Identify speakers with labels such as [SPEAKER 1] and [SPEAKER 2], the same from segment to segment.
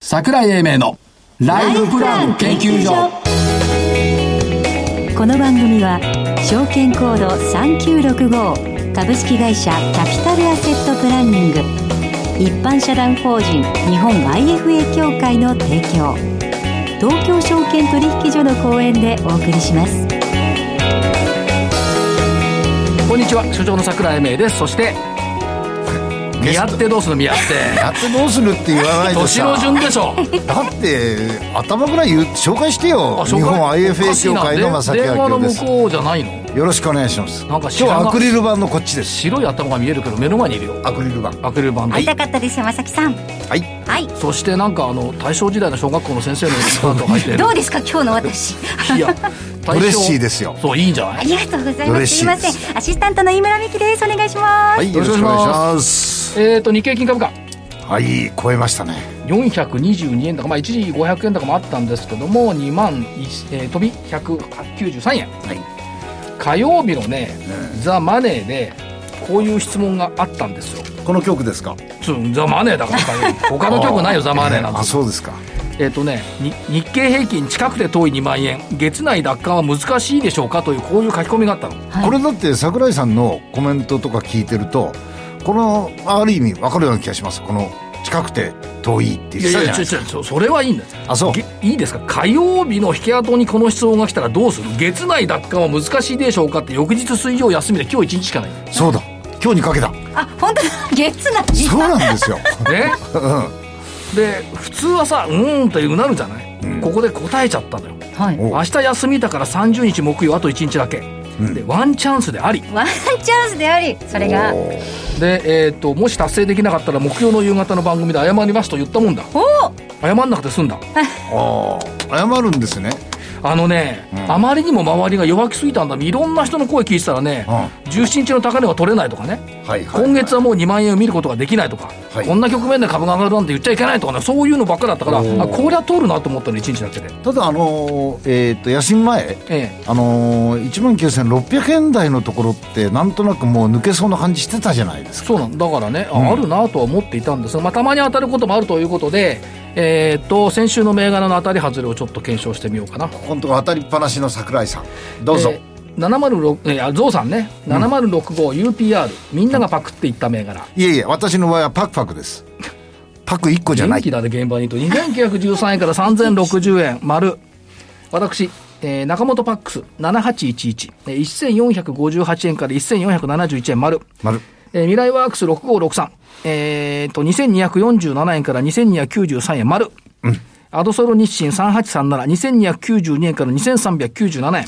[SPEAKER 1] 桜井英明のライフプラン研究所
[SPEAKER 2] この番組は証券コード3965株式会社キャピタルアセットプランニング一般社団法人日本 IFA 協会の提供東京証券取引所の講演でお送りします
[SPEAKER 1] こんにちは所長の桜井英明ですそして見合ってどうする見合って
[SPEAKER 3] やってどうするって言わないと
[SPEAKER 1] 年の
[SPEAKER 3] さ
[SPEAKER 1] 順でしょ
[SPEAKER 3] だって頭ぐらい言う紹介してよ
[SPEAKER 1] あ
[SPEAKER 3] 日
[SPEAKER 1] 紹介お
[SPEAKER 3] 本
[SPEAKER 1] か
[SPEAKER 3] IFA
[SPEAKER 1] しい
[SPEAKER 3] 協
[SPEAKER 1] な
[SPEAKER 3] 会の正木
[SPEAKER 1] で電話
[SPEAKER 3] 明夫
[SPEAKER 1] の
[SPEAKER 3] で
[SPEAKER 1] 向
[SPEAKER 3] す
[SPEAKER 1] こうじゃないの
[SPEAKER 3] よろしくお願いします
[SPEAKER 1] なんか知
[SPEAKER 3] 今
[SPEAKER 1] らな
[SPEAKER 3] 日アクリル板のこっちです
[SPEAKER 1] 白い頭が見えるけど目の前にいるよ
[SPEAKER 3] アクリル板
[SPEAKER 1] アクリル板で、
[SPEAKER 2] 会いたかったです山崎さん
[SPEAKER 3] はい
[SPEAKER 2] はい
[SPEAKER 1] そしてなんかあの大正時代の小学校の先生のスカートが入 ってる
[SPEAKER 2] どうですか今日の私
[SPEAKER 1] いや大正
[SPEAKER 3] ドレッシーですよ
[SPEAKER 1] そういいんじゃな
[SPEAKER 2] あ
[SPEAKER 1] い
[SPEAKER 2] りがとうございま
[SPEAKER 3] 嬉
[SPEAKER 2] す
[SPEAKER 3] しい
[SPEAKER 2] すいませんアシスタントの井村美希ですお願いします、
[SPEAKER 3] はいよろしくお願いします
[SPEAKER 1] えっ、と日経金株価
[SPEAKER 3] はい超えましたね
[SPEAKER 1] 422円高、まあ、一時500円高もあったんですけども2万、えー、飛び193円、火曜日のね「ザ・マネーでこういう質問があったんですよ
[SPEAKER 3] この曲ですか
[SPEAKER 1] つザ・マネーだから火 曜日他の曲ないよザ・マネーなん
[SPEAKER 3] あ
[SPEAKER 1] て
[SPEAKER 3] そうですか
[SPEAKER 1] えっ、とねに日経平均近くて遠い2万円月内奪還は難しいでしょうかというこういう書き込みがあったの
[SPEAKER 2] はい
[SPEAKER 3] これだって桜井さんのコメントとか聞いてるとこのある意味分かるような気がしますこの近くて遠いって
[SPEAKER 1] い
[SPEAKER 3] 言ってたじゃない
[SPEAKER 1] ち
[SPEAKER 3] で
[SPEAKER 1] ょ
[SPEAKER 3] すか
[SPEAKER 1] ちょちょそれはいいんだよ
[SPEAKER 3] あそう
[SPEAKER 1] げいいですか火曜日の引け跡にこの質問が来たらどうする月内奪還は難しいでしょうかって翌日水曜休みで今日一日しかないね
[SPEAKER 3] そうだ今日にかけた
[SPEAKER 2] あ本当だ月内
[SPEAKER 3] そうなんですよう
[SPEAKER 1] で普通はさうーんってうなるじゃない、ここで答えちゃったのよ
[SPEAKER 2] はい
[SPEAKER 3] お
[SPEAKER 1] 明日休みだから30日木曜あと1日だけ、
[SPEAKER 3] うん
[SPEAKER 1] でワンチャンスであり
[SPEAKER 2] ワンチャンスでありそれが
[SPEAKER 3] おー
[SPEAKER 1] で、えー、ともし達成できなかったら目標の夕方の番組で謝りますと言ったもんだ
[SPEAKER 2] おお
[SPEAKER 1] 謝んなくて済んだ
[SPEAKER 3] ああ謝るんですね
[SPEAKER 1] あのね、
[SPEAKER 3] うん
[SPEAKER 1] あまりにも周りが弱気すぎたんだいろんな人の声聞いてたらね、
[SPEAKER 3] う
[SPEAKER 1] 17日の高値は取れないとかね、
[SPEAKER 3] はい
[SPEAKER 1] 今月はもう2万円を見ることができないとか、
[SPEAKER 3] はい
[SPEAKER 1] こんな局面で株が上がるなんて言っちゃいけないとかねそういうのばっかだったからあ
[SPEAKER 3] おー
[SPEAKER 1] こりゃ通るなと思ったの1日だけで、
[SPEAKER 3] ただあのーえっ、と休み前
[SPEAKER 1] え
[SPEAKER 3] あのー、1万9600円台のところってなんとなくもう抜けそうな感じしてたじゃないで
[SPEAKER 1] え、
[SPEAKER 3] すか
[SPEAKER 1] そうなんだからね、あ
[SPEAKER 3] うん
[SPEAKER 1] あるなとは思っていたんですが、まあ、たまに当たることもあるということで、えーっと先週の銘柄の当たり外れをちょっと検証してみようかな
[SPEAKER 3] 本当当たりっぱなしの桜井さんどうぞ、
[SPEAKER 1] えー706えーあゾウさんね、7065UPR みんながパクっていった銘柄
[SPEAKER 3] いえいえ私の場合はパクパクですパク1個じゃな
[SPEAKER 1] 元
[SPEAKER 3] い
[SPEAKER 1] 気だで現場にと2913円から3060円丸私、えー中本パックス7811、えー、1458円から1471円丸、
[SPEAKER 3] 丸
[SPEAKER 1] えー、未来ワークス6563えー、と2247円から2293円丸、アドソロ日清3837 2292円から2397円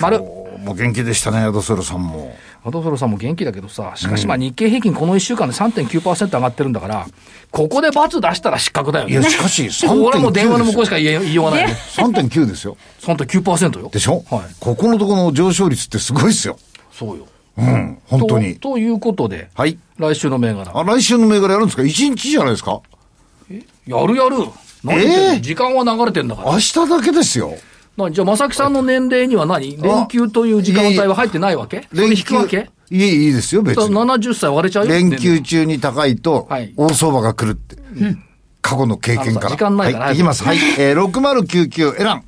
[SPEAKER 1] 丸
[SPEAKER 3] おーもう元気でしたねヤドソルさんも
[SPEAKER 1] アドソロさんも元気だけどさしかしまあ日経平均この1週間で3.9%上がってるんだからここで罰出したら失格だよ
[SPEAKER 3] い
[SPEAKER 1] ね
[SPEAKER 3] やしか し3.9
[SPEAKER 1] 俺はもう電話の向こうし
[SPEAKER 3] か
[SPEAKER 1] か言え言いようがないね。
[SPEAKER 3] 3.9ですよ
[SPEAKER 1] 3.9%よ。
[SPEAKER 3] でしょ、
[SPEAKER 1] はい。
[SPEAKER 3] ここのところの上昇率ってすごいっすよ
[SPEAKER 1] そうよ。
[SPEAKER 3] うん本当に
[SPEAKER 1] とということで、
[SPEAKER 3] はい
[SPEAKER 1] 来週の銘柄。
[SPEAKER 3] あ来週の銘柄やるんですか一日じゃないですか
[SPEAKER 1] やるやる。何言ってんの
[SPEAKER 3] えー
[SPEAKER 1] 時間は流れてんだから。
[SPEAKER 3] 明日だけですよ
[SPEAKER 1] 何じゃあ、正木さんの年齢には何連休という時間帯は入ってないわけそれ引くわけ
[SPEAKER 3] いえいいですよ別
[SPEAKER 1] だから
[SPEAKER 3] に
[SPEAKER 1] ?70 歳割れちゃうよ。
[SPEAKER 3] 連
[SPEAKER 1] 年
[SPEAKER 3] 休
[SPEAKER 1] 齢
[SPEAKER 3] 中に高いと
[SPEAKER 1] はい
[SPEAKER 3] 大相場が来るって、過去の経
[SPEAKER 1] あ
[SPEAKER 3] 験か
[SPEAKER 1] のさ
[SPEAKER 3] ら
[SPEAKER 1] 時間ないから
[SPEAKER 3] はい、いきますはい、えー、6099エラン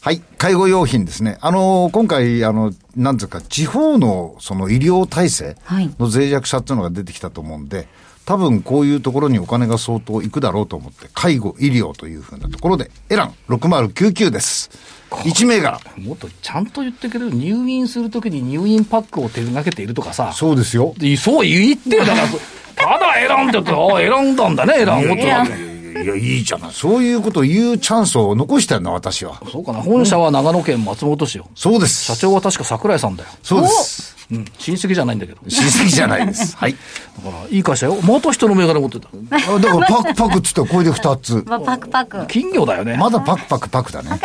[SPEAKER 3] はい介護用品ですねあのー今回あのなんつうか地方のその医療体制
[SPEAKER 2] はい
[SPEAKER 3] の脆弱さっていうのが出てきたと思うんで多分こういうところにお金が相当いくだろうと思って介護医療というふうなところでエラン6099です1銘柄
[SPEAKER 1] もっとちゃんと言ってくれる。入院するときに入院パックを手掛けているとかさ。
[SPEAKER 3] そうですよ
[SPEAKER 1] でそう言ってよ。だから、 ただ選んでて、ああ、選んだんだね、選んごと
[SPEAKER 3] い
[SPEAKER 1] だ
[SPEAKER 3] や
[SPEAKER 1] ね。
[SPEAKER 3] いや、いいじゃない。そういうことを言うチャンスを残したよな、私は。
[SPEAKER 1] そうかな。本社は長野県松本市よ。
[SPEAKER 3] そうです。
[SPEAKER 1] 社長は確か桜井さんだよ。
[SPEAKER 3] そうです。
[SPEAKER 1] うん、親戚じゃないんだけど。
[SPEAKER 3] 親戚じゃない です。はい。
[SPEAKER 1] だから、いい会社よ。また人の銘柄持ってた。
[SPEAKER 3] あだから、パクパクっつったら、これで2つ。
[SPEAKER 2] まあ、パクパク
[SPEAKER 1] 金魚だよね。
[SPEAKER 3] まだパクパクパクだね。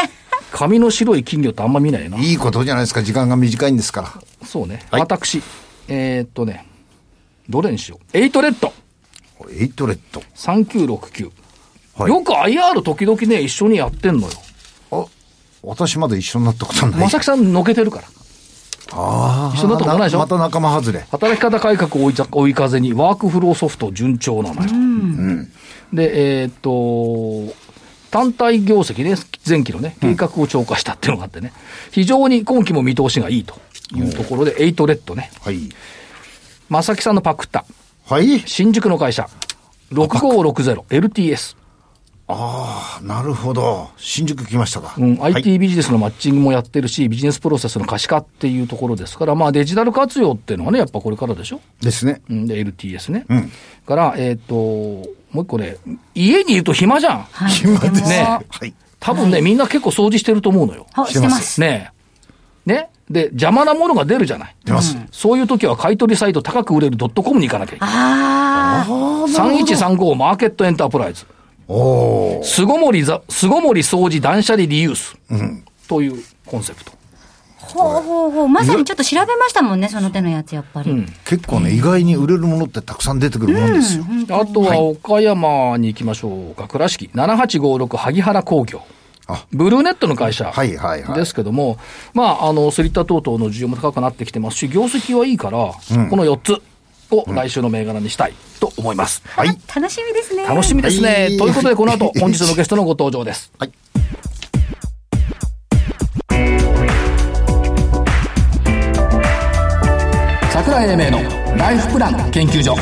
[SPEAKER 1] 髪の白い金魚ってあんま見ないな。
[SPEAKER 3] いいことじゃないですか。時間が短いんですから。
[SPEAKER 1] そうね。
[SPEAKER 3] はい
[SPEAKER 1] 私、えーっとね、どれにしよう。エイトレッド、
[SPEAKER 3] エイトレット。
[SPEAKER 1] 3969。
[SPEAKER 3] はい
[SPEAKER 1] よく IR 時々ね、一緒にやってんのよ。
[SPEAKER 3] あ、私まだ一緒になったことない。
[SPEAKER 1] まさきさん、のけてるから。
[SPEAKER 3] ああ。
[SPEAKER 1] 一緒になったことないでしょ
[SPEAKER 3] また仲間外れ。
[SPEAKER 1] 働き方改革を追いざ追い風にワークフローソフト順調なのよ。で、えーっと、単体業績ね、前期のね、計画を超過したっていうのがあってね、非常に今期も見通しがいいというところで、エイトレッドね、
[SPEAKER 3] はい。
[SPEAKER 1] 正木さんのパクった、
[SPEAKER 3] はい。
[SPEAKER 1] 新宿の会社、6560、LTS、
[SPEAKER 3] ああ、なるほど。新宿来ましたか。
[SPEAKER 1] うん、
[SPEAKER 3] はい
[SPEAKER 1] IT ビジネスのマッチングもやってるし、ビジネスプロセスの可視化っていうところですから、まあデジタル活用っていうのはね、やっぱこれからでしょ。
[SPEAKER 3] ですね。
[SPEAKER 1] うんで、LTS ね。
[SPEAKER 3] ん
[SPEAKER 1] から、えーっと、もう一個ね、家にいると暇じゃん。
[SPEAKER 2] はい。
[SPEAKER 3] 暇です
[SPEAKER 1] ね
[SPEAKER 3] はい。
[SPEAKER 1] 多分ね、みんな結構掃除してると思うのよ。
[SPEAKER 2] あ、してます。
[SPEAKER 1] ねえ。ね。で、邪魔なものが出るじゃない。
[SPEAKER 3] 出ます。
[SPEAKER 1] そういう時は買い取りサイト高く売れるドットコムに行かなきゃいけない。
[SPEAKER 2] あ
[SPEAKER 3] ああ、なるほど。
[SPEAKER 1] 3135マーケットエンタープライズ。
[SPEAKER 3] おおー。
[SPEAKER 1] 巣ごもりざ、巣ごもり掃除断捨離リユース。というコンセプト。
[SPEAKER 2] あ、ほうほうほう。まさにちょっと調べましたもんね、その手のやつ、やっぱり。
[SPEAKER 3] 結構ね、意外に売れるものってたくさん出てくるもんですよ。
[SPEAKER 1] あとは岡山に行きましょうか。倉敷。7856萩原工業。
[SPEAKER 3] あ、
[SPEAKER 1] ブルーネットの会社
[SPEAKER 3] はいはいはい
[SPEAKER 1] ですけども、まあ、あの、スリッタ等々の需要も高くなってきてますし、業績はいいから、この4つを来週の銘柄にしたいと思います。
[SPEAKER 3] はい。
[SPEAKER 2] 楽しみですね。
[SPEAKER 1] 楽しみですね。
[SPEAKER 3] はい
[SPEAKER 1] ということで、この後、本日のゲストのご登場です。
[SPEAKER 3] はい。
[SPEAKER 1] 桜井英明のライフプラン研究所。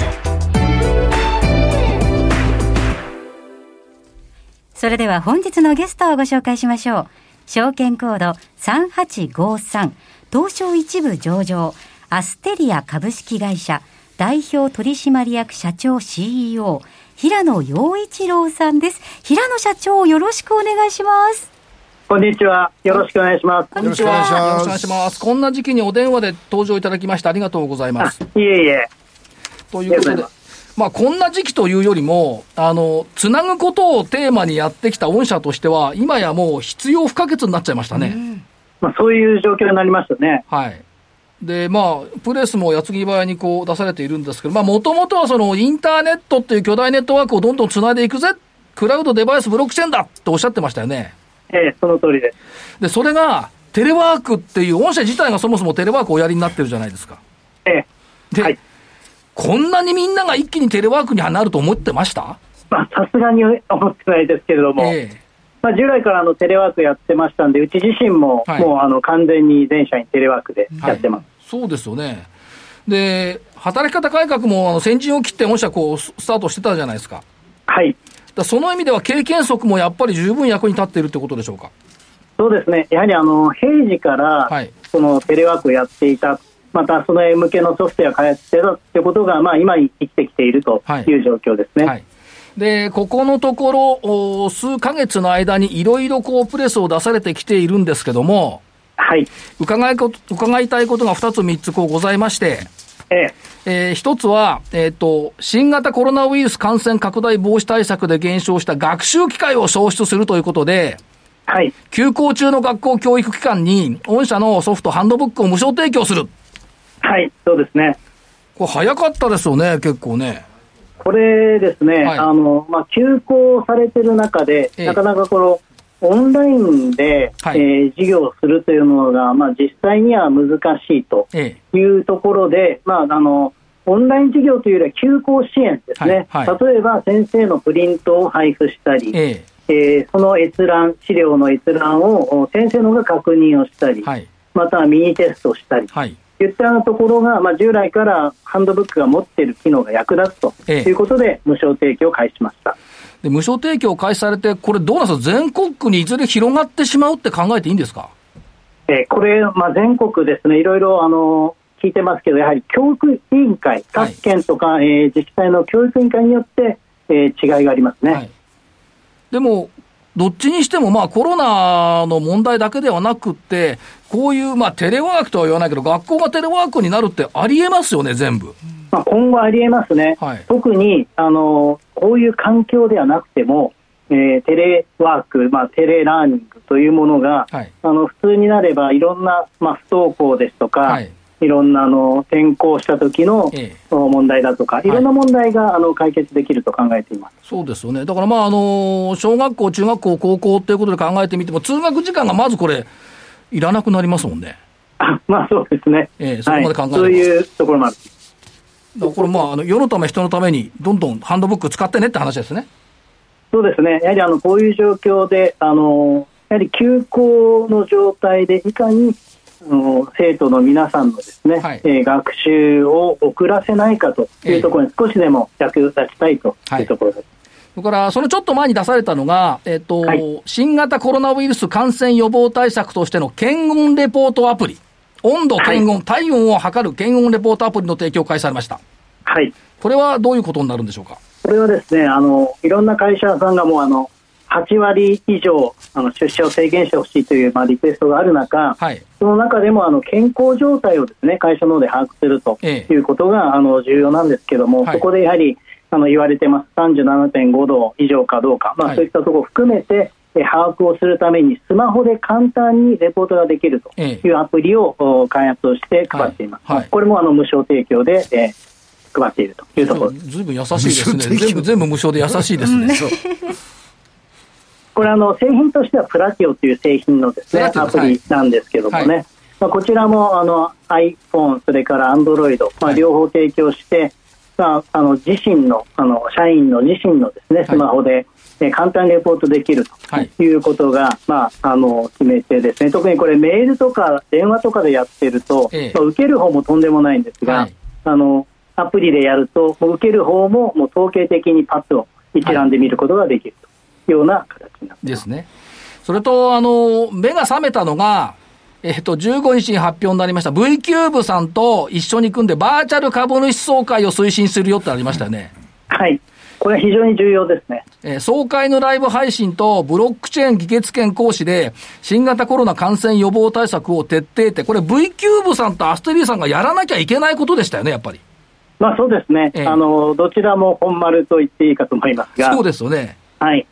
[SPEAKER 2] それでは本日のゲストをご紹介しましょう。証券コード3853東証一部上場アステリア株式会社代表取締役社長 CEO 平野陽一郎さんです。平野社長よろしくお願いし ます。
[SPEAKER 4] こんにちは。よろしくお願いします。
[SPEAKER 2] こんにち
[SPEAKER 3] よろしくお願いし
[SPEAKER 2] は。
[SPEAKER 3] ま
[SPEAKER 1] よろしくお願いします。こんな時期にお電話で登場いただきましてありがとうございます。
[SPEAKER 4] いえいえ。
[SPEAKER 1] ということで
[SPEAKER 4] ありがとうございま、
[SPEAKER 1] まあ、こんな時期というよりも、あの、つなぐことをテーマにやってきた御社としては、今やもう必要不可欠になっちゃいましたね。
[SPEAKER 4] まあ、そういう状況になりましたね。
[SPEAKER 1] はい。で、まあ、プレスも矢継ぎ早にこう出されているんですけど、まあ、もともとはそのインターネットっていう巨大ネットワークをどんどんつないでいくぜ、クラウド、デバイス、ブロックチェーンだっておっしゃってましたよね。
[SPEAKER 4] ええ、その通りです。
[SPEAKER 1] で、それが、テレワークっていう、御社自体がそもそもテレワークをおやりになってるじゃないですか。
[SPEAKER 4] ええ。
[SPEAKER 1] で、
[SPEAKER 4] はい
[SPEAKER 1] こんなにみんなが一気にテレワークにはなると思ってました
[SPEAKER 4] まあ、さすがに思ってないですけれども、
[SPEAKER 1] え
[SPEAKER 4] まあ、従来からあのテレワークやってましたんで、うち自身も、
[SPEAKER 1] はい
[SPEAKER 4] もうあの完全に全社員テレワークでやってます。
[SPEAKER 1] そうですよね。で、働き方改革もあの先陣を切って御社こうススタートしてたじゃないですか。
[SPEAKER 4] はい。
[SPEAKER 1] だからその意味では経験則もやっぱり十分役に立っているってことでしょうか。
[SPEAKER 4] そうですね。やはりあの、平時か
[SPEAKER 1] は
[SPEAKER 4] ら
[SPEAKER 1] い、
[SPEAKER 4] そのテレワークをやっていた、またそのへ向けのソフトウェアを開発してたってことが、まあ、今生きてきているという状況ですね。
[SPEAKER 1] はい。で、ここのところ、お数ヶ月の間にいろいろこうプレスを出されてきているんですけども、
[SPEAKER 4] はい、
[SPEAKER 1] 伺いこ伺いたいことが2つ3つこうございまして、
[SPEAKER 4] ええ。
[SPEAKER 1] え1つは、えっ、と、新型コロナウイルス感染拡大防止対策で減少した学習機会を創出するということで、
[SPEAKER 4] はい。
[SPEAKER 1] 休校中の学校教育機関に、御社のソフト、ハンドブックを無償提供する。
[SPEAKER 4] はい。そうですね。
[SPEAKER 1] これ早かったですよね、結構ね。
[SPEAKER 4] これですね、
[SPEAKER 1] はい
[SPEAKER 4] あのまあ、休校されてる中で、
[SPEAKER 1] ええ
[SPEAKER 4] なかなかこのオンラインで、
[SPEAKER 1] はい
[SPEAKER 4] えー授業をするというのが、まあ、実際には難しいと
[SPEAKER 1] え
[SPEAKER 4] いうところで、まあ、あのオンライン授業というよりは休校支援ですね、
[SPEAKER 1] はいは
[SPEAKER 4] 例えば先生のプリントを配布したり、
[SPEAKER 1] え、え
[SPEAKER 4] えーその閲覧、資料の閲覧をお先生の方が確認をしたり、
[SPEAKER 1] え、はい、
[SPEAKER 4] またはミニテストをしたり。
[SPEAKER 1] はい。
[SPEAKER 4] 言ったようなところが、まあ、従来からハンドブックが持っている機能が役立つと
[SPEAKER 1] ええ
[SPEAKER 4] いうことで、無償提供を開始しました。
[SPEAKER 1] で、無償提供を開始されて、これどうなんですか全国区にいずれ広がってしまうって考えていいんですか
[SPEAKER 4] えーこれ、まあ、全国ですね、いろいろあの聞いてますけど、やはり教育委員会、
[SPEAKER 1] はい
[SPEAKER 4] 各県とか、えー自治体の教育委員会によって、えー違いがありますね。
[SPEAKER 1] はい。でも、どっちにしても、まあコロナの問題だけではなくって、こういう、まあテレワークとは言わないけど、学校がテレワークになるってありえますよね、全部。
[SPEAKER 4] まあ、今後ありえますね、
[SPEAKER 1] はい
[SPEAKER 4] 特にあのこういう環境ではなくても、えーテレワーク、まあ、テレラーニングというものが、
[SPEAKER 1] はい
[SPEAKER 4] あの普通になれば、いろんな、まあ、不登校ですとか、
[SPEAKER 1] はい
[SPEAKER 4] い、ろんなあの転校した時の
[SPEAKER 1] ええ
[SPEAKER 4] 問題だとか、いろんな問題が、あの解決できると考えています。
[SPEAKER 1] そうですよね。だからまあ、あの、小学校、中学校、高校っていうことで考えてみても、通学時間がまずこれ、いらなくなりますもんね。
[SPEAKER 4] あまあそうですね、
[SPEAKER 1] ええそこまで考えれば
[SPEAKER 4] はい、そういうところもある
[SPEAKER 1] だからこれまあ、あの、世のため、人のために、どんどんハンドブック使ってねって話ですね。
[SPEAKER 4] そうですね、やはりあのこういう状況で、あのやはり休校の状態で、いかにあの生徒の皆さんのですね、
[SPEAKER 1] はい
[SPEAKER 4] えー学習を遅らせないかというところに少しでも役立ちたいというところです。
[SPEAKER 1] それから、そのちょっと前に出されたのが、えっ、と、
[SPEAKER 4] はい
[SPEAKER 1] 新型コロナウイルス感染予防対策としての検温レポートアプリ、温度、
[SPEAKER 4] はい
[SPEAKER 1] 検温、体温を測る検温レポートアプリの提供を開始されました。
[SPEAKER 4] はい
[SPEAKER 1] これはどういうことになるんでしょうか。
[SPEAKER 4] これはですね、あのいろんな会社さんがもうあの8割以上あの出社を制限してほしいという、まあ、リクエストがある中、
[SPEAKER 1] はい。
[SPEAKER 4] その中でもあの健康状態をですね会社の方で把握すると
[SPEAKER 1] ええ
[SPEAKER 4] いうことが、あの重要なんですけども、
[SPEAKER 1] はい
[SPEAKER 4] そこでやはりあの言われてます37.5度以上かどうか、まあ
[SPEAKER 1] はい
[SPEAKER 4] そういったところを含めてえ把握をするためにスマホで簡単にレポートができると
[SPEAKER 1] ええ
[SPEAKER 4] いうアプリをお開発をして配っています。
[SPEAKER 1] はいはい
[SPEAKER 4] これもあの無償提供で、えー配っているというところです
[SPEAKER 1] ずいぶん優しいです
[SPEAKER 3] 無償
[SPEAKER 1] ね。
[SPEAKER 3] 提供
[SPEAKER 1] 全部、全部無償で優しいですね。
[SPEAKER 3] そう
[SPEAKER 4] これあの製品としてはプラティオという製品のですね
[SPEAKER 1] プラ
[SPEAKER 4] ア
[SPEAKER 1] ティ
[SPEAKER 4] プ
[SPEAKER 1] オはい
[SPEAKER 4] リなんですけどもね、
[SPEAKER 1] はい
[SPEAKER 4] まあ、こちらもあの iPhone それから Android、
[SPEAKER 1] は
[SPEAKER 4] まあ、
[SPEAKER 1] い
[SPEAKER 4] 両方提供して、まあ、あの自身のあの社員の自身のですねスマホで、えー簡単にレポートできる
[SPEAKER 1] はい
[SPEAKER 4] ということが、まあ、あの決めてですね特にこれメールとか電話とかでやってると、
[SPEAKER 1] ええ
[SPEAKER 4] まあ、受ける方もとんでもないんですが、
[SPEAKER 1] はい
[SPEAKER 4] あのアプリでやるともう受ける方ももう統計的にパッと一覧で見ることができるというような形になってい
[SPEAKER 1] で
[SPEAKER 4] ます
[SPEAKER 1] すね。それと、あの、目が覚めたのが、えっ、と、15日に発表になりました V キューブさんと一緒に組んでバーチャル株主総会を推進するよってありましたよね。
[SPEAKER 4] はい、これは非常に重要ですね。
[SPEAKER 1] えー総会のライブ配信とブロックチェーン議決権行使で新型コロナ感染予防対策を徹底って、これ V キューブさんとアステリーさんがやらなきゃいけないことでしたよね、やっぱり。
[SPEAKER 4] まあそうですね、
[SPEAKER 1] ええ
[SPEAKER 4] あのどちらも本丸と言っていいかと思いますが、
[SPEAKER 1] そうですよね。
[SPEAKER 4] はい、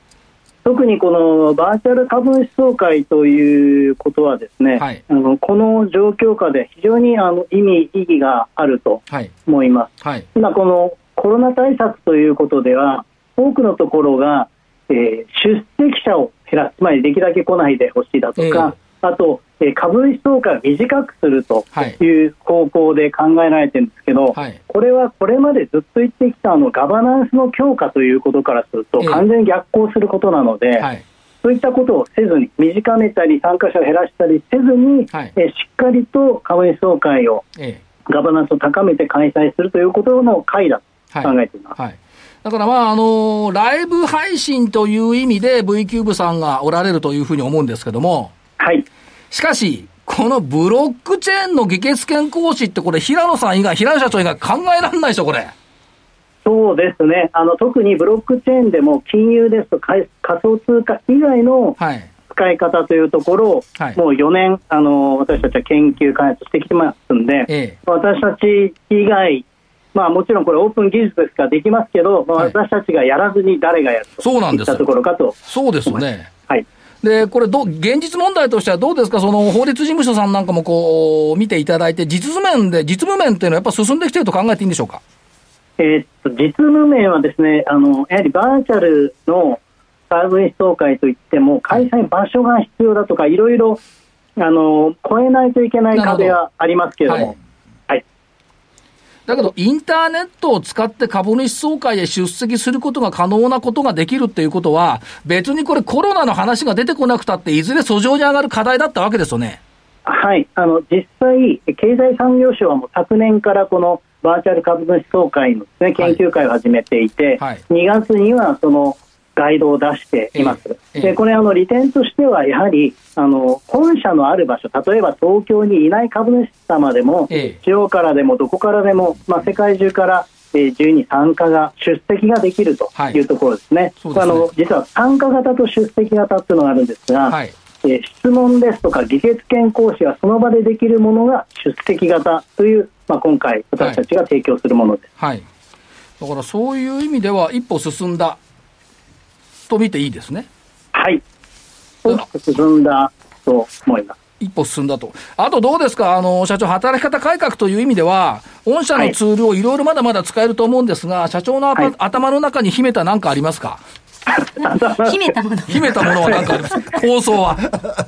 [SPEAKER 4] 特にこのバーチャル株主総会ということは、ですね、
[SPEAKER 1] はい
[SPEAKER 4] あのこの状況下で非常にあの意味、意義があると
[SPEAKER 1] はい。
[SPEAKER 4] 思います。
[SPEAKER 1] はい。
[SPEAKER 4] 今、このコロナ対策ということでは、多くのところが、えー出席者を減らす、つまりできるだけ来ないでほしいだとか、あと、えー株主総会を短くすると
[SPEAKER 1] はい
[SPEAKER 4] いう方向で考えられてるんですけど、
[SPEAKER 1] はい
[SPEAKER 4] これはこれまでずっと言ってきたあのガバナンスの強化ということからすると、
[SPEAKER 1] ええ
[SPEAKER 4] 完全に逆行することなので、
[SPEAKER 1] はい。
[SPEAKER 4] そういったことをせずに、短めたり、参加者を減らしたりせずに、
[SPEAKER 1] はい
[SPEAKER 4] えーしっかりと株主総会を
[SPEAKER 1] え
[SPEAKER 4] ガバナンスを高めて開催するということの会だ
[SPEAKER 1] えは
[SPEAKER 4] と考えています。
[SPEAKER 1] はい。だからまあ、あのーライブ配信という意味で V キューブさんがおられるというふうに思うんですけども、
[SPEAKER 4] はい
[SPEAKER 1] しかし、このブロックチェーンの議決権行使ってこれ平野さん以外、平野社長以外考えられないでしょ、これ。
[SPEAKER 4] そうですねあの、特にブロックチェーンでも金融ですとかい仮想通貨以外の
[SPEAKER 1] はい。
[SPEAKER 4] 使い方というところを、
[SPEAKER 1] はい
[SPEAKER 4] もう4年あの、私たちは研究開発してきてますんで、
[SPEAKER 1] ええ
[SPEAKER 4] 私たち以外、まあ、もちろんこれ、オープン技術ですからできますけど、まあ、
[SPEAKER 1] はい
[SPEAKER 4] 私たちがやらずに誰がやると
[SPEAKER 1] そうなん
[SPEAKER 4] い
[SPEAKER 1] で
[SPEAKER 4] っ
[SPEAKER 1] すよ
[SPEAKER 4] たところかと、
[SPEAKER 1] そうですよね。
[SPEAKER 4] はい、
[SPEAKER 1] で、これどう、現実問題としてはどうですか、その法律事務所さんなんかもこう、見ていただいて、実務面で、実務面っていうのはやっぱ進んできてると考えていいんでしょうか。
[SPEAKER 4] えーっと実務面はですねあの、やはりバーチャルのサービス総会といっても、開催場所が必要だとか、いろいろあの超えないといけない壁はありますけれども。
[SPEAKER 1] なるほど
[SPEAKER 4] はい
[SPEAKER 1] だけど、インターネットを使って株主総会へ出席することが可能なことができるっていうことは、別にこれコロナの話が出てこなくたって、いずれ訴状に上がる課題だったわけですよね。
[SPEAKER 4] はい、あの実際、経済産業省はもう昨年からこのバーチャル株主総会のです、ね、
[SPEAKER 1] は
[SPEAKER 4] 研
[SPEAKER 1] い
[SPEAKER 4] 究会を始めていて、
[SPEAKER 1] はい
[SPEAKER 4] 2月にはそのガイドを出しています。
[SPEAKER 1] ええええ
[SPEAKER 4] でこれあの利点としてはやはりあの本社のある場所例えば東京にいない株主様でも、
[SPEAKER 1] ええ
[SPEAKER 4] 地方からでもどこからでも、まあ、世界中から、えー自由に参加が出席ができると
[SPEAKER 1] はい
[SPEAKER 4] いうところですね,、
[SPEAKER 1] そうですね
[SPEAKER 4] あの実は参加型と出席型っていうのがあるんですが、
[SPEAKER 1] はい。
[SPEAKER 4] えー質問ですとか議決権行使はその場でできるものが出席型という、まあ、今回私たちが提供するものです、
[SPEAKER 1] はい。だからそういう意味では、一歩進んだと見ていいですね。
[SPEAKER 4] はい、大きく進んだと思います
[SPEAKER 1] 一歩進んだと。あとどうですか、あの、社長、働き方改革という意味では、御社
[SPEAKER 4] は
[SPEAKER 1] の
[SPEAKER 4] い
[SPEAKER 1] ツールをいろいろまだまだ使えると思うんですが、社長の頭,、
[SPEAKER 4] はい
[SPEAKER 1] 頭の中に秘めた何かありますか
[SPEAKER 5] 秘めたもの。
[SPEAKER 1] 秘めたものは何かありますか構想は。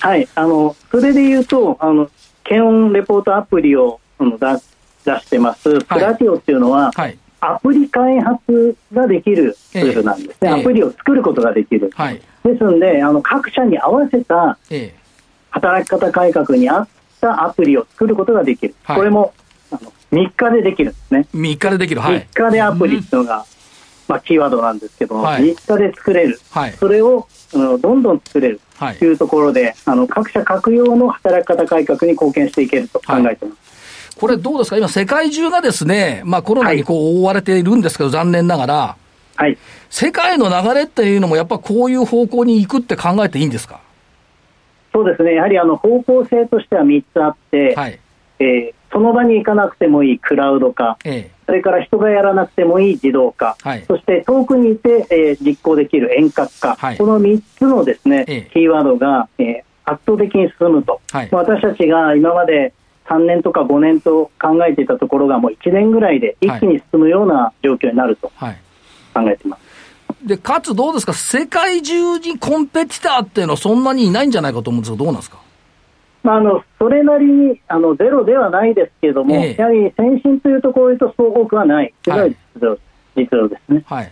[SPEAKER 4] はいあのそれで言うとあの検温レポートアプリをあの出出してます、プラティオっていうのは、
[SPEAKER 1] はい。
[SPEAKER 4] アプリ開発ができるツールなんですね、
[SPEAKER 1] ええええ
[SPEAKER 4] アプリを作ることができる、
[SPEAKER 1] はい
[SPEAKER 4] ですのであの各社に合わせた
[SPEAKER 1] ええ
[SPEAKER 4] 働き方改革に合ったアプリを作ることができる、
[SPEAKER 1] はい
[SPEAKER 4] これもあの3日でできるんですね、
[SPEAKER 1] 3日でできるはい
[SPEAKER 4] 3日でアプリっていうのが、まあ、キーワードなんですけど、
[SPEAKER 1] はい
[SPEAKER 4] 3日で作れる、
[SPEAKER 1] はい
[SPEAKER 4] それをあのどんどん作れる
[SPEAKER 1] はい
[SPEAKER 4] というところで、あの各社各用の働き方改革に貢献していけると考えています。
[SPEAKER 1] これどうですか今世界中がですね、まあコロナにこう覆われているんですけど、残念ながら、
[SPEAKER 4] はい
[SPEAKER 1] 世界の流れっていうのもやっぱこういう方向に行くって考えていいんですか
[SPEAKER 4] そうですねやはりあの方向性としては3つあって、
[SPEAKER 1] はい。
[SPEAKER 4] えーその場に行かなくてもいいクラウド化、
[SPEAKER 1] え
[SPEAKER 4] それから人がやらなくてもいい自動化、
[SPEAKER 1] はい
[SPEAKER 4] そして遠くにいて、えー実行できる遠隔化、
[SPEAKER 1] はい
[SPEAKER 4] この3つのですね、
[SPEAKER 1] ええ
[SPEAKER 4] キーワードが、えー圧倒的に進むと、
[SPEAKER 1] はい
[SPEAKER 4] 私たちが今まで3年とか5年と考えていたところがもう1年ぐらいで一気に進むような状況になると
[SPEAKER 1] えはい。
[SPEAKER 4] 考えています。
[SPEAKER 1] で、かつどうですか世界中にコンペティターっていうのはそんなにいないんじゃないかと思うんですけど、どうなんですか
[SPEAKER 4] まあ、あのそれなりにあのゼロではないですけれども、
[SPEAKER 1] ええ
[SPEAKER 4] やはり先進というところと総合区はない、それが
[SPEAKER 1] はい
[SPEAKER 4] 実情,、実情ですね。
[SPEAKER 1] はい。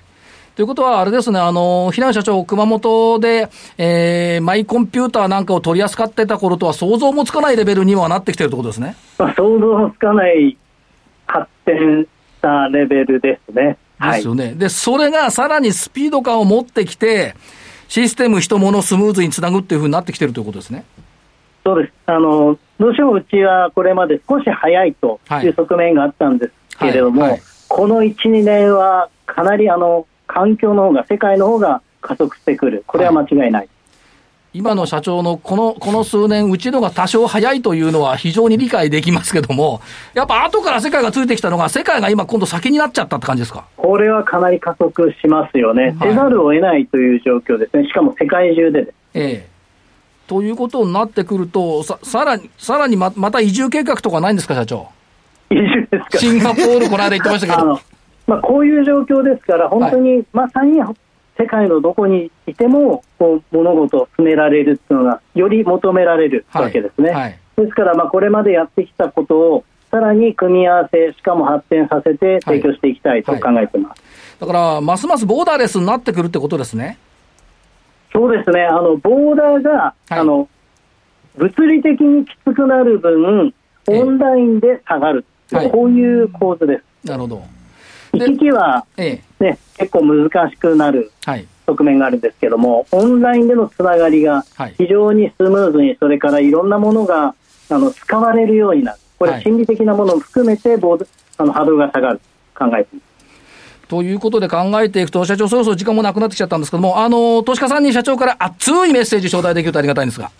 [SPEAKER 1] ということは、あれですね、あの、平野社長、熊本で、えーマイコンピューターなんかを取り扱ってた頃とは想像もつかないレベルにはなってきてるってことですね。
[SPEAKER 4] まあ、想像もつかない発展したレベルですね。は
[SPEAKER 1] で
[SPEAKER 4] い
[SPEAKER 1] すよね。で、それがさらにスピード感を持ってきて、システム、人、物、スムーズにつなぐっていうふうになってきてるということですね。
[SPEAKER 4] そうですあのどうしてもうちはこれまで少し早いと
[SPEAKER 1] はい
[SPEAKER 4] いう側面があったんですけれども、
[SPEAKER 1] はいはい
[SPEAKER 4] この1、2年はかなりあの環境の方が、世界の方が加速してくる、これは間違いない。
[SPEAKER 1] 今の社長のこの、この数年、うちのが多少早いというのは非常に理解できますけども、やっぱ後から世界がついてきたのが、世界が今今度先になっちゃったって感じですか。
[SPEAKER 4] これはかなり加速しますよね、
[SPEAKER 1] はい
[SPEAKER 4] せざるを得ないという状況ですね、しかも世界中でです。
[SPEAKER 1] ええ。ということになってくると、さ、さらに、さらにま、また移住計画とかないんですか、社長。
[SPEAKER 4] 移住ですから
[SPEAKER 1] シンガポール、この間言ってましたけ
[SPEAKER 4] あ
[SPEAKER 1] ど
[SPEAKER 4] の。まあ、こういう状況ですから、本当にまさに世界のどこにいてもこう物事を進められるというのが、より求められるわけですね。
[SPEAKER 1] はいはい
[SPEAKER 4] ですから、まあこれまでやってきたことを、さらに組み合わせ、しかも発展させて提供していきたいと考えています。
[SPEAKER 1] だから、ますますボーダーレスになってくるってことですね。
[SPEAKER 4] そうですね、あのボーダーが、
[SPEAKER 1] はい
[SPEAKER 4] あの物理的にきつくなる分、
[SPEAKER 1] ええ
[SPEAKER 4] オンラインで下がる、
[SPEAKER 1] はい
[SPEAKER 4] こういう構図です。
[SPEAKER 1] なるほど。で
[SPEAKER 4] 行き来は、
[SPEAKER 1] え
[SPEAKER 4] ね、結構難しくなる
[SPEAKER 1] え。はい。
[SPEAKER 4] 側面があるんですけども、オンラインでのつながりが
[SPEAKER 1] はい
[SPEAKER 4] 非常にスムーズに、それからいろんなものがあの使われるようになる、こ
[SPEAKER 1] は
[SPEAKER 4] れ、
[SPEAKER 1] い
[SPEAKER 4] 心理的なものを含めてボード、あの波動が下がる考えていま
[SPEAKER 1] ということで考えていくと、社長、そろそろ時間もなくなってきちゃったんですけども、あの、投資家さんに社長から熱いメッセージ頂戴できるとありがたいんですが。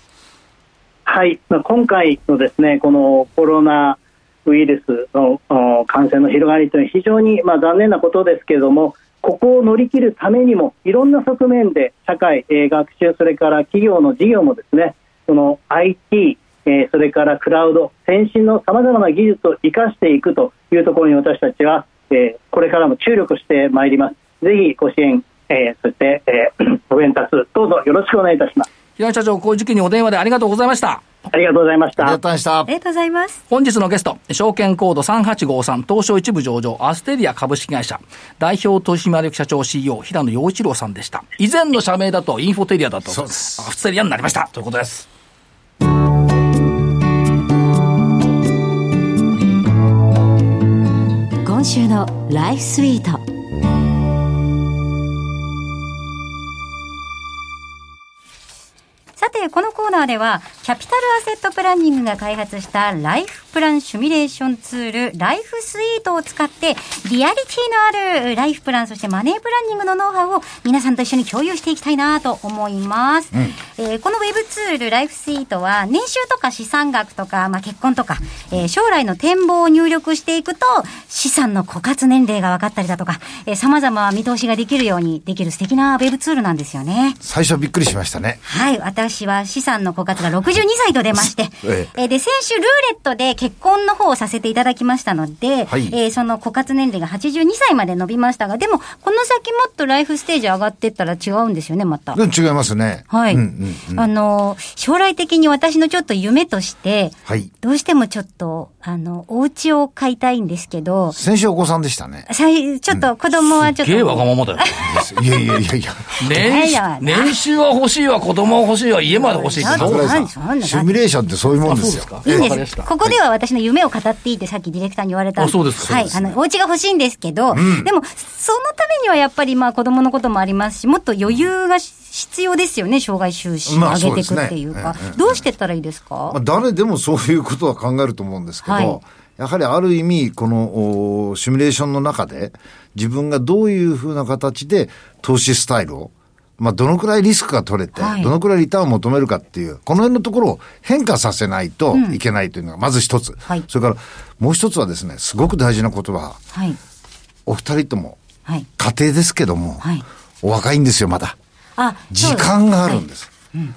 [SPEAKER 4] はい、まあ今回のですねこのコロナウイルスのお感染の広がりというのは非常にまあ残念なことですけれども、ここを乗り切るためにも、いろんな側面で社会、えー学習、それから企業の事業もですね、その IT、えーそれからクラウド、先進のさまざまな技術を生かしていくというところに私たちは、えーこれからも注力してまいります。ぜひご支援、えーそして、えー ご鞭達、どうぞよろしくお願いいたします。
[SPEAKER 1] 平野社長、こういう時期にお電話でありがとうございました。
[SPEAKER 4] ありがとうございまし
[SPEAKER 3] あり
[SPEAKER 4] た
[SPEAKER 3] が。とうご
[SPEAKER 6] あ
[SPEAKER 3] ざいま
[SPEAKER 6] り
[SPEAKER 3] し
[SPEAKER 6] がとうございます。
[SPEAKER 1] 本日のゲスト、証券コード3853、東証一部上場、アステリア株式会社、代表取締役社長 CEO、平野陽一郎さんでした。以前の社名だと、インフォテリアだと、
[SPEAKER 3] そうです
[SPEAKER 1] アステリアになりました。ということです。
[SPEAKER 7] 今週のライフスイートさて、このコーナーでは、キャピタルアセットプランニングが開発したライフプランシミュレーションツール、ライフスイートを使って、リアリティのあるライフプラン、そしてマネープランニングのノウハウを皆さんと一緒に共有していきたいなと思います。えーこのウェブツール、ライフスイートは、年収とか資産額とか、まあ、結婚とか、えー将来の展望を入力していくと、資産の枯渇年齢が分かったりだとか、えー、様々見通しができるようにできる素敵なウェブツールなんですよね。
[SPEAKER 3] た。最初びっくりしましたね。
[SPEAKER 7] はい。私は資産の枯渇が62歳と出まして。
[SPEAKER 3] え
[SPEAKER 7] えーで、先週ルーレットで結婚の方をさせていただきましたので、
[SPEAKER 3] はい
[SPEAKER 7] えーその枯渇年齢が82歳まで伸びましたが、でも、この先もっとライフステージ上がってったら違うんですよね、また。
[SPEAKER 3] うん、違いますね。
[SPEAKER 7] はい。
[SPEAKER 3] うんうんうん
[SPEAKER 7] あのー、将来的に私のちょっと夢として、
[SPEAKER 3] はい。
[SPEAKER 7] どうしてもちょっと、あの、お家を買いたいんですけど。
[SPEAKER 3] 先週お子さんでし たね。
[SPEAKER 7] さい、ちょっと子供はちょっと。
[SPEAKER 1] すげえわがままだよ。
[SPEAKER 3] いやいやいやいや。
[SPEAKER 1] 年収年収は欲しいわ、子供は欲しいわ、家まで欲しいけど。
[SPEAKER 3] 桜井さんシミュレーションってそういうもんですよ。
[SPEAKER 1] あ
[SPEAKER 7] いいん
[SPEAKER 1] わかり
[SPEAKER 7] で
[SPEAKER 1] まし
[SPEAKER 7] す。
[SPEAKER 1] た
[SPEAKER 7] ここでは私の夢を語っていいってさっきディレクターに言われたん
[SPEAKER 1] あそうですか
[SPEAKER 7] はい。
[SPEAKER 1] そ
[SPEAKER 7] あの、お家が欲しいんですけど、でも、そのためにはやっぱりまあ子供のこともありますし、もっと余裕が必要ですよね、障害収支を
[SPEAKER 3] まあ
[SPEAKER 7] 上げていくっていう
[SPEAKER 3] そう
[SPEAKER 7] か
[SPEAKER 3] ですねええ。
[SPEAKER 7] どうしてったらいいです
[SPEAKER 3] まあ、
[SPEAKER 7] か
[SPEAKER 3] 誰でもそういうことは考えると思うんですけど、
[SPEAKER 7] はい
[SPEAKER 3] やはりある意味、このおシミュレーションの中で、自分がどういうふうな形で投資スタイルを、まあ、どのくらいリスクが取れて、
[SPEAKER 7] はい
[SPEAKER 3] どのくらいリターンを求めるかっていう、この辺のところを変化させないといけないというのがまず一つ、
[SPEAKER 7] はい
[SPEAKER 3] それからもう一つはですね、すごく大事な言葉、
[SPEAKER 7] はい。
[SPEAKER 3] お二人とも
[SPEAKER 7] はい。
[SPEAKER 3] 家庭ですけども、
[SPEAKER 7] はい
[SPEAKER 3] お若いんですよ、まだ。
[SPEAKER 7] あ、そう
[SPEAKER 3] 時
[SPEAKER 7] です
[SPEAKER 3] 間があるん
[SPEAKER 7] はい
[SPEAKER 3] です。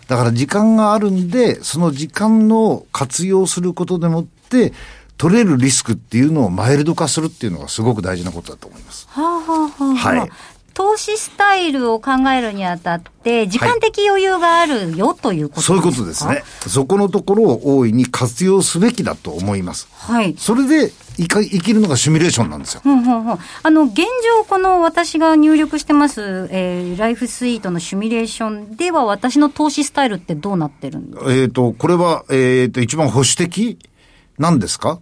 [SPEAKER 3] だから時間があるんで、その時間の活用することでもって、取れるリスクっていうのをマイルド化するっていうのがすごく大事なことだと思います。
[SPEAKER 7] はあ、はあはあは
[SPEAKER 3] は
[SPEAKER 7] あ
[SPEAKER 3] い
[SPEAKER 7] 投資スタイルを考えるにあたって、時間的余裕があるよということですか、
[SPEAKER 3] そういうことですね。。そこのところを大いに活用すべきだと思います。
[SPEAKER 7] はい。
[SPEAKER 3] それで生か生きるのがシミュレーションなんですよ。
[SPEAKER 7] うんうんうん、あの現状、この私が入力してます、えーライフスイートのシミュレーションでは、私の投資スタイルってどうなってるんだ
[SPEAKER 3] えっ、と、これは、えっ、と、一番保守的なんですか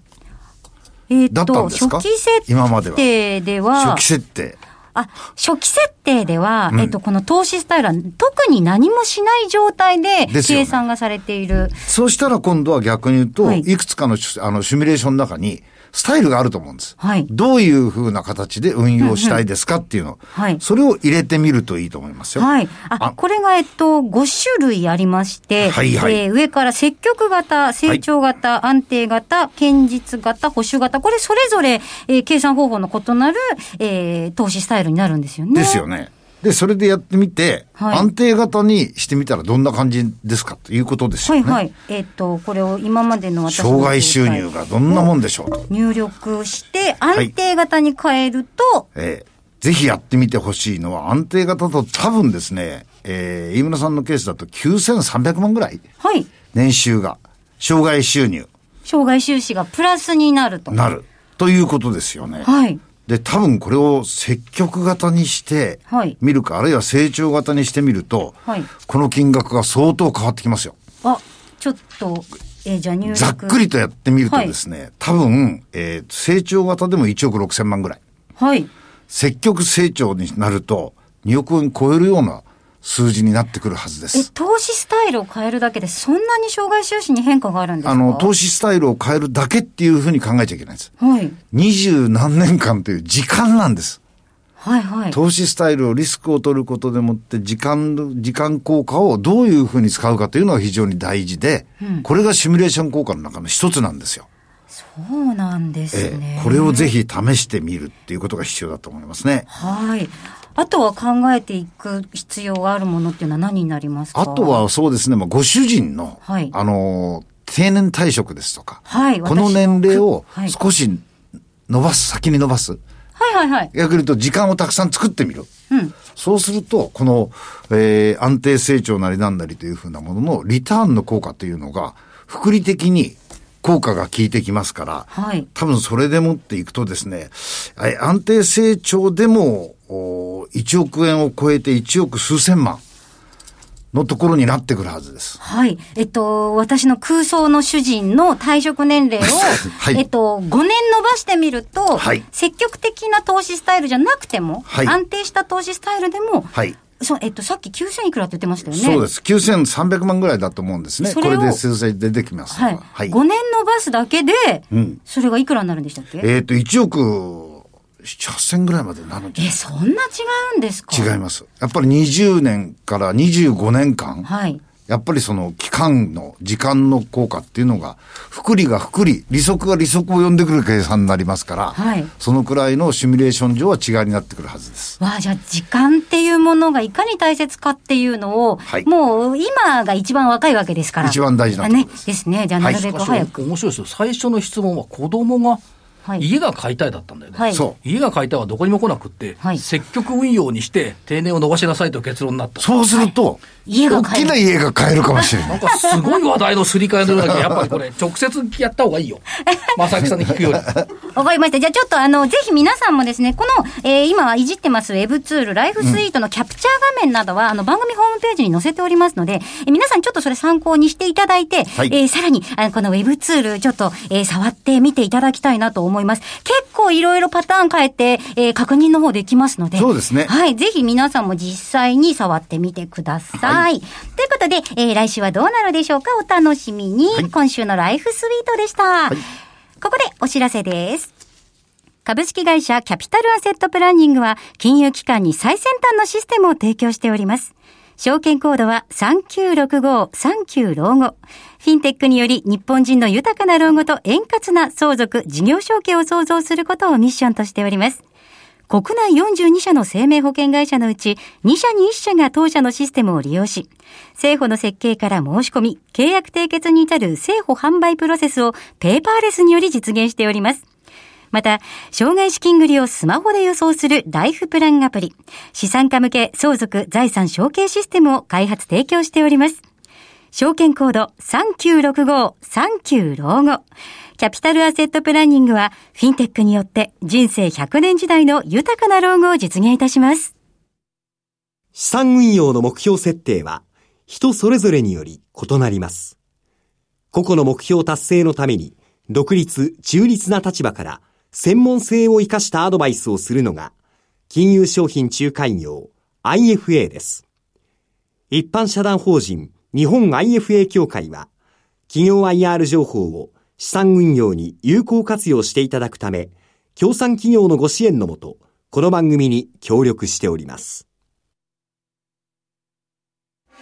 [SPEAKER 7] えっ、
[SPEAKER 3] だったん
[SPEAKER 7] と、
[SPEAKER 3] ですか
[SPEAKER 7] 初期設
[SPEAKER 3] 今までは
[SPEAKER 7] 定では
[SPEAKER 3] 初期、設定。
[SPEAKER 7] あ、初期設定では、えっ、と、この投資スタイルは特に何もしない状態で
[SPEAKER 3] ですよね
[SPEAKER 7] 計算がされている。
[SPEAKER 3] そうしたら今度は逆に言うと、
[SPEAKER 7] はい
[SPEAKER 3] い、くつかのしあのシミュレーションの中に、スタイルがあると思うんです。
[SPEAKER 7] はい
[SPEAKER 3] どういうふうな形で運用したいですかっていうの。
[SPEAKER 7] はい
[SPEAKER 3] それを入れてみるといいと思いますよ。
[SPEAKER 7] はい。あ、
[SPEAKER 3] あ
[SPEAKER 7] これが、えっと、5種類ありまして、
[SPEAKER 3] はいはい
[SPEAKER 7] えー上から積極型、成長型、安定型、堅実型、保守型、これそれぞれ、えー計算方法の異なる、えー投資スタイルになるんですよね。
[SPEAKER 3] ですよね。で、それでやってみて、
[SPEAKER 7] はい
[SPEAKER 3] 安定型にしてみたらどんな感じですかということです
[SPEAKER 7] は
[SPEAKER 3] よ
[SPEAKER 7] い
[SPEAKER 3] ね。
[SPEAKER 7] はい。えっと、これを今までの私の
[SPEAKER 3] 障害収入がどんなもんでしょうと。
[SPEAKER 7] 入力して、安定型に変えると、
[SPEAKER 3] えーぜひやってみてほしいのは安定型と多分ですね、えー、飯村さんのケースだと9300万ぐらい
[SPEAKER 7] はい、
[SPEAKER 3] 年収が、障害収入
[SPEAKER 7] 障害収支がプラスになると。
[SPEAKER 3] なるということですよね。
[SPEAKER 7] はい。
[SPEAKER 3] で、多分これを積極型にして
[SPEAKER 7] はい
[SPEAKER 3] 見るか、あるいは成長型にしてみると、
[SPEAKER 7] はい
[SPEAKER 3] この金額が相当変わってきますよ。
[SPEAKER 7] あ、ちょっと、えーじゃあ入力。
[SPEAKER 3] ざっくりとやってみるとですね、多分、えー成長型でも1億6千万ぐらい。
[SPEAKER 7] はい。
[SPEAKER 3] 積極成長になると、2億円超えるような数字になってくるはずで
[SPEAKER 7] え
[SPEAKER 3] す。
[SPEAKER 7] 投資スタイルを変えるだけでそんなに障害収支に変化があるんですか
[SPEAKER 3] あの、投
[SPEAKER 7] 資
[SPEAKER 3] 資スタイルを変えるだけっていうふうに考えちゃいけないんです。
[SPEAKER 7] はい
[SPEAKER 3] 二十何年間という時間なんです。
[SPEAKER 7] はいはい
[SPEAKER 3] 投資スタイルをリスクを取ることでもって時間の、時間効果をどういうふうに使うかというのが非常に大事で、これがシミュレーション効果の中の一つなんですよ。
[SPEAKER 7] そうなんです
[SPEAKER 3] え
[SPEAKER 7] ね、
[SPEAKER 3] え、これをぜひ試してみるっていうことが必要だと思いますね。
[SPEAKER 7] はいあとは考えていく必要があるものっていうのは何になりますか
[SPEAKER 3] あとはそうですね、まあ、ご主人の、
[SPEAKER 7] はい
[SPEAKER 3] あのー、定年退職ですとか、
[SPEAKER 7] はい
[SPEAKER 3] この
[SPEAKER 7] 私
[SPEAKER 3] 年齢を
[SPEAKER 7] はい
[SPEAKER 3] 少し伸ばす、先に伸ばす。
[SPEAKER 7] はいはいはい
[SPEAKER 3] 逆に言うと時間をたくさん作ってみる。
[SPEAKER 7] うん
[SPEAKER 3] そうすると、この、えー安定成長なりなんなりというふうなもののリターンの効果というのが、福利的に効果が効いてきますから、
[SPEAKER 7] はい
[SPEAKER 3] 多分それでもっていくとですね、え安定成長でも、お1億円を超えて1億数千万のところになってくるはずです。
[SPEAKER 7] はい。えっと、私の空想の主人の退職年齢を、
[SPEAKER 3] はい
[SPEAKER 7] えっと、5年伸ばしてみると、
[SPEAKER 3] はい
[SPEAKER 7] 積極的な投資スタイルじゃなくても、
[SPEAKER 3] はい
[SPEAKER 7] 安定した投資スタイルでも、
[SPEAKER 3] はい。
[SPEAKER 7] そう、えっと、さっき9000いくらって言ってましたよね。
[SPEAKER 3] そうです。9300万ぐらいだと思うんですね。
[SPEAKER 7] そ
[SPEAKER 3] こ
[SPEAKER 7] れを
[SPEAKER 3] れで数字で出てきますの
[SPEAKER 7] は
[SPEAKER 3] が。
[SPEAKER 7] い。5年伸ばすだけで、
[SPEAKER 3] ん
[SPEAKER 7] それがいくらになるんでしたっけえ
[SPEAKER 3] えっ、と、1億7、8000ぐらいまでなるんじゃない
[SPEAKER 7] そんな違うんですか
[SPEAKER 3] 違います。やっぱり20年から25年間、
[SPEAKER 7] はい。
[SPEAKER 3] やっぱりその期間の時間の効果っていうのが、福利が福利、利息が利息を呼んでくる計算になりますから、
[SPEAKER 7] はい
[SPEAKER 3] そのくらいのシミュレーション上は違いになってくるはずです。
[SPEAKER 7] わあ、じゃあ時間っていうものがいかに大切かっていうのを、
[SPEAKER 3] はい
[SPEAKER 7] もう今が一番若いわけですから。
[SPEAKER 3] 一番大事なとこ
[SPEAKER 7] ね
[SPEAKER 3] ろで。す
[SPEAKER 7] ですね。じゃあなるべく
[SPEAKER 1] しかし
[SPEAKER 7] 早く。
[SPEAKER 1] 面白いですよ。最初の質問は子供が
[SPEAKER 7] はい
[SPEAKER 1] 家が買いたいだったんだよね。
[SPEAKER 7] はい
[SPEAKER 3] そう。
[SPEAKER 1] 家が買いたいはどこにも来なくって、
[SPEAKER 7] はい
[SPEAKER 1] 積極運用にして定年を伸ばしなさいという結論になった。
[SPEAKER 3] そうすると、
[SPEAKER 7] 家が
[SPEAKER 3] 大
[SPEAKER 7] 買え
[SPEAKER 3] き
[SPEAKER 7] る
[SPEAKER 3] な家が買えるかもしれな
[SPEAKER 1] ないん。かすごい話題のすり替えのよう だけど、やっぱりこれ、直接やった方がいいよ。正木さんに聞くより。
[SPEAKER 7] わかりました。じゃあちょっとあの、ぜひ皆さんもですね、この、えー今いじってますウェブツール、ライフスイートのキャプチャー画面などは、あの、番組ホームページに載せておりますので、えー皆さんちょっとそれ参考にしていただいて、
[SPEAKER 3] はい
[SPEAKER 7] えーさらに、あのこのウェブツール、ちょっと、えー触ってみていただきたいなと思います。結構いろいろパターン変えて、えー確認の方できますので。
[SPEAKER 3] そうですね
[SPEAKER 7] はい。ぜひ皆さんも実際に触ってみてください。ということで、えー来週はどうなるでしょうかお楽しみに。今週のライフスイートでした。ここでお知らせです。株式会社キャピタルアセットプランニングは金融機関に最先端のシステムを提供しております。証券コードは3965、39老後。フィンテックにより日本人の豊かな老後と円滑な相続、事業承継を創造することをミッションとしております。国内42社の生命保険会社のうち2社に1社が当社のシステムを利用し、政府の設計から申し込み、契約締結に至る政府販売プロセスをペーパーレスにより実現しております。また、障害資金繰りをスマホで予想するライフプランアプリ、資産家向け相続財産承継システムを開発提供しております。証券コード3965、39老後。キャピタルアセットプランニングは、フィンテックによって人生100年時代の豊かな老後を実現いたします。
[SPEAKER 8] 資産運用の目標設定は人それぞれにより異なります。個々の目標達成のために独立、中立な立場から専門性を生かしたアドバイスをするのが金融商品仲介業 IFA です。一般社団法人日本 IFA 協会は企業 IR 情報を資産運用に有効活用していただくため、協賛企業のご支援のもと、この番組に協力しております。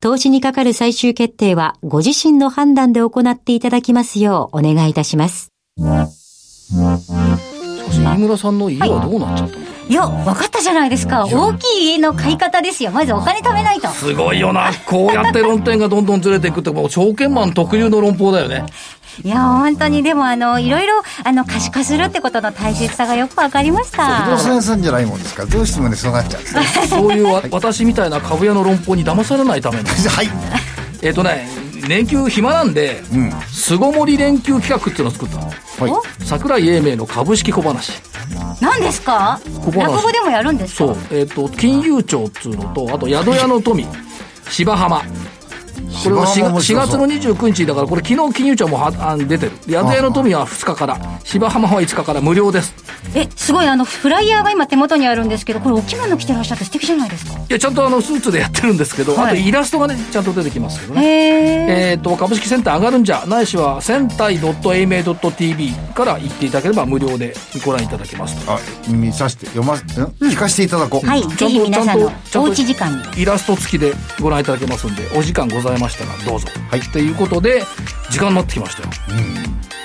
[SPEAKER 2] 投資にかかる最終決定は、ご自身の判断で行っていただきますようお願いいたします。
[SPEAKER 1] 飯村さんの家はどうなっちゃったの、
[SPEAKER 7] いや、分かったじゃないですか。大きい家の買い方ですよ。まずお金貯めないと。
[SPEAKER 1] すごいよな。こうやって論点がどんどんずれていくって、もう証券マン特有の論法だよ ね。
[SPEAKER 7] いや、本当に、でも、あの、いろいろ、あの、可視化するってことの大切さがよく分かりまし
[SPEAKER 3] 不動
[SPEAKER 7] た。
[SPEAKER 3] 産屋さんじゃないもんですから、どうしてもね、そうなっちゃうんですね。
[SPEAKER 1] そういうわ私みたいな株屋の論法に騙されないための。
[SPEAKER 3] はい。
[SPEAKER 1] えっ、とね、連休暇なんで、
[SPEAKER 3] うん。
[SPEAKER 1] 巣ごもり連休企画っていうのを作ったの。
[SPEAKER 3] は
[SPEAKER 1] 桜井英明の株式小話。
[SPEAKER 7] 何ですか
[SPEAKER 1] ここは
[SPEAKER 7] 落語でもやるんですか
[SPEAKER 1] そう、えっ、と、金融庁っつうのと、あと宿屋の富、芝浜。これは
[SPEAKER 3] 芝
[SPEAKER 1] 4,
[SPEAKER 3] 浜面白
[SPEAKER 1] 月
[SPEAKER 3] そう
[SPEAKER 1] の29日だから、これ昨日金融庁もはあ出てる。で宿屋の富は2日から、芝浜は5日から無料です。
[SPEAKER 7] え、すごい、あの、フライヤーが今手元にあるんですけど、これお着物着てらっしゃって素敵じゃないですか。
[SPEAKER 1] いや、ちゃんとあの、スーツでやってるんですけど、
[SPEAKER 7] はい
[SPEAKER 1] あとイラストがね、ちゃんと出てきますけどね。
[SPEAKER 7] へえ。
[SPEAKER 1] えっ、と、株式センター上がるんじゃ、ないしは、センタイ .aimei.tv から行っていただければ無料でご覧いただけますと。
[SPEAKER 3] あ、見させて、読ませ、ん聞かせていただこう。
[SPEAKER 7] はい、
[SPEAKER 1] ん
[SPEAKER 7] ぜひ皆さんの
[SPEAKER 1] ちゃん
[SPEAKER 7] お
[SPEAKER 1] と
[SPEAKER 7] うち時間に。
[SPEAKER 1] イラスト付きでご覧いただけますんで、お時間ございましたらどうぞ。
[SPEAKER 3] はい
[SPEAKER 1] ということで、時間になってきましたよ。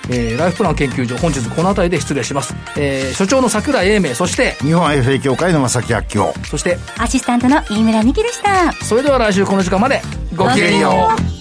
[SPEAKER 1] えーライフプラン研究所、本日この辺りで失礼します。えー所長の桜井英明、そして、
[SPEAKER 3] 日本 FA 協会の正木明夫。
[SPEAKER 1] そして、
[SPEAKER 7] アシスタントの飯村美希でした。
[SPEAKER 1] それでは来週この時間まで、ごきげんよう。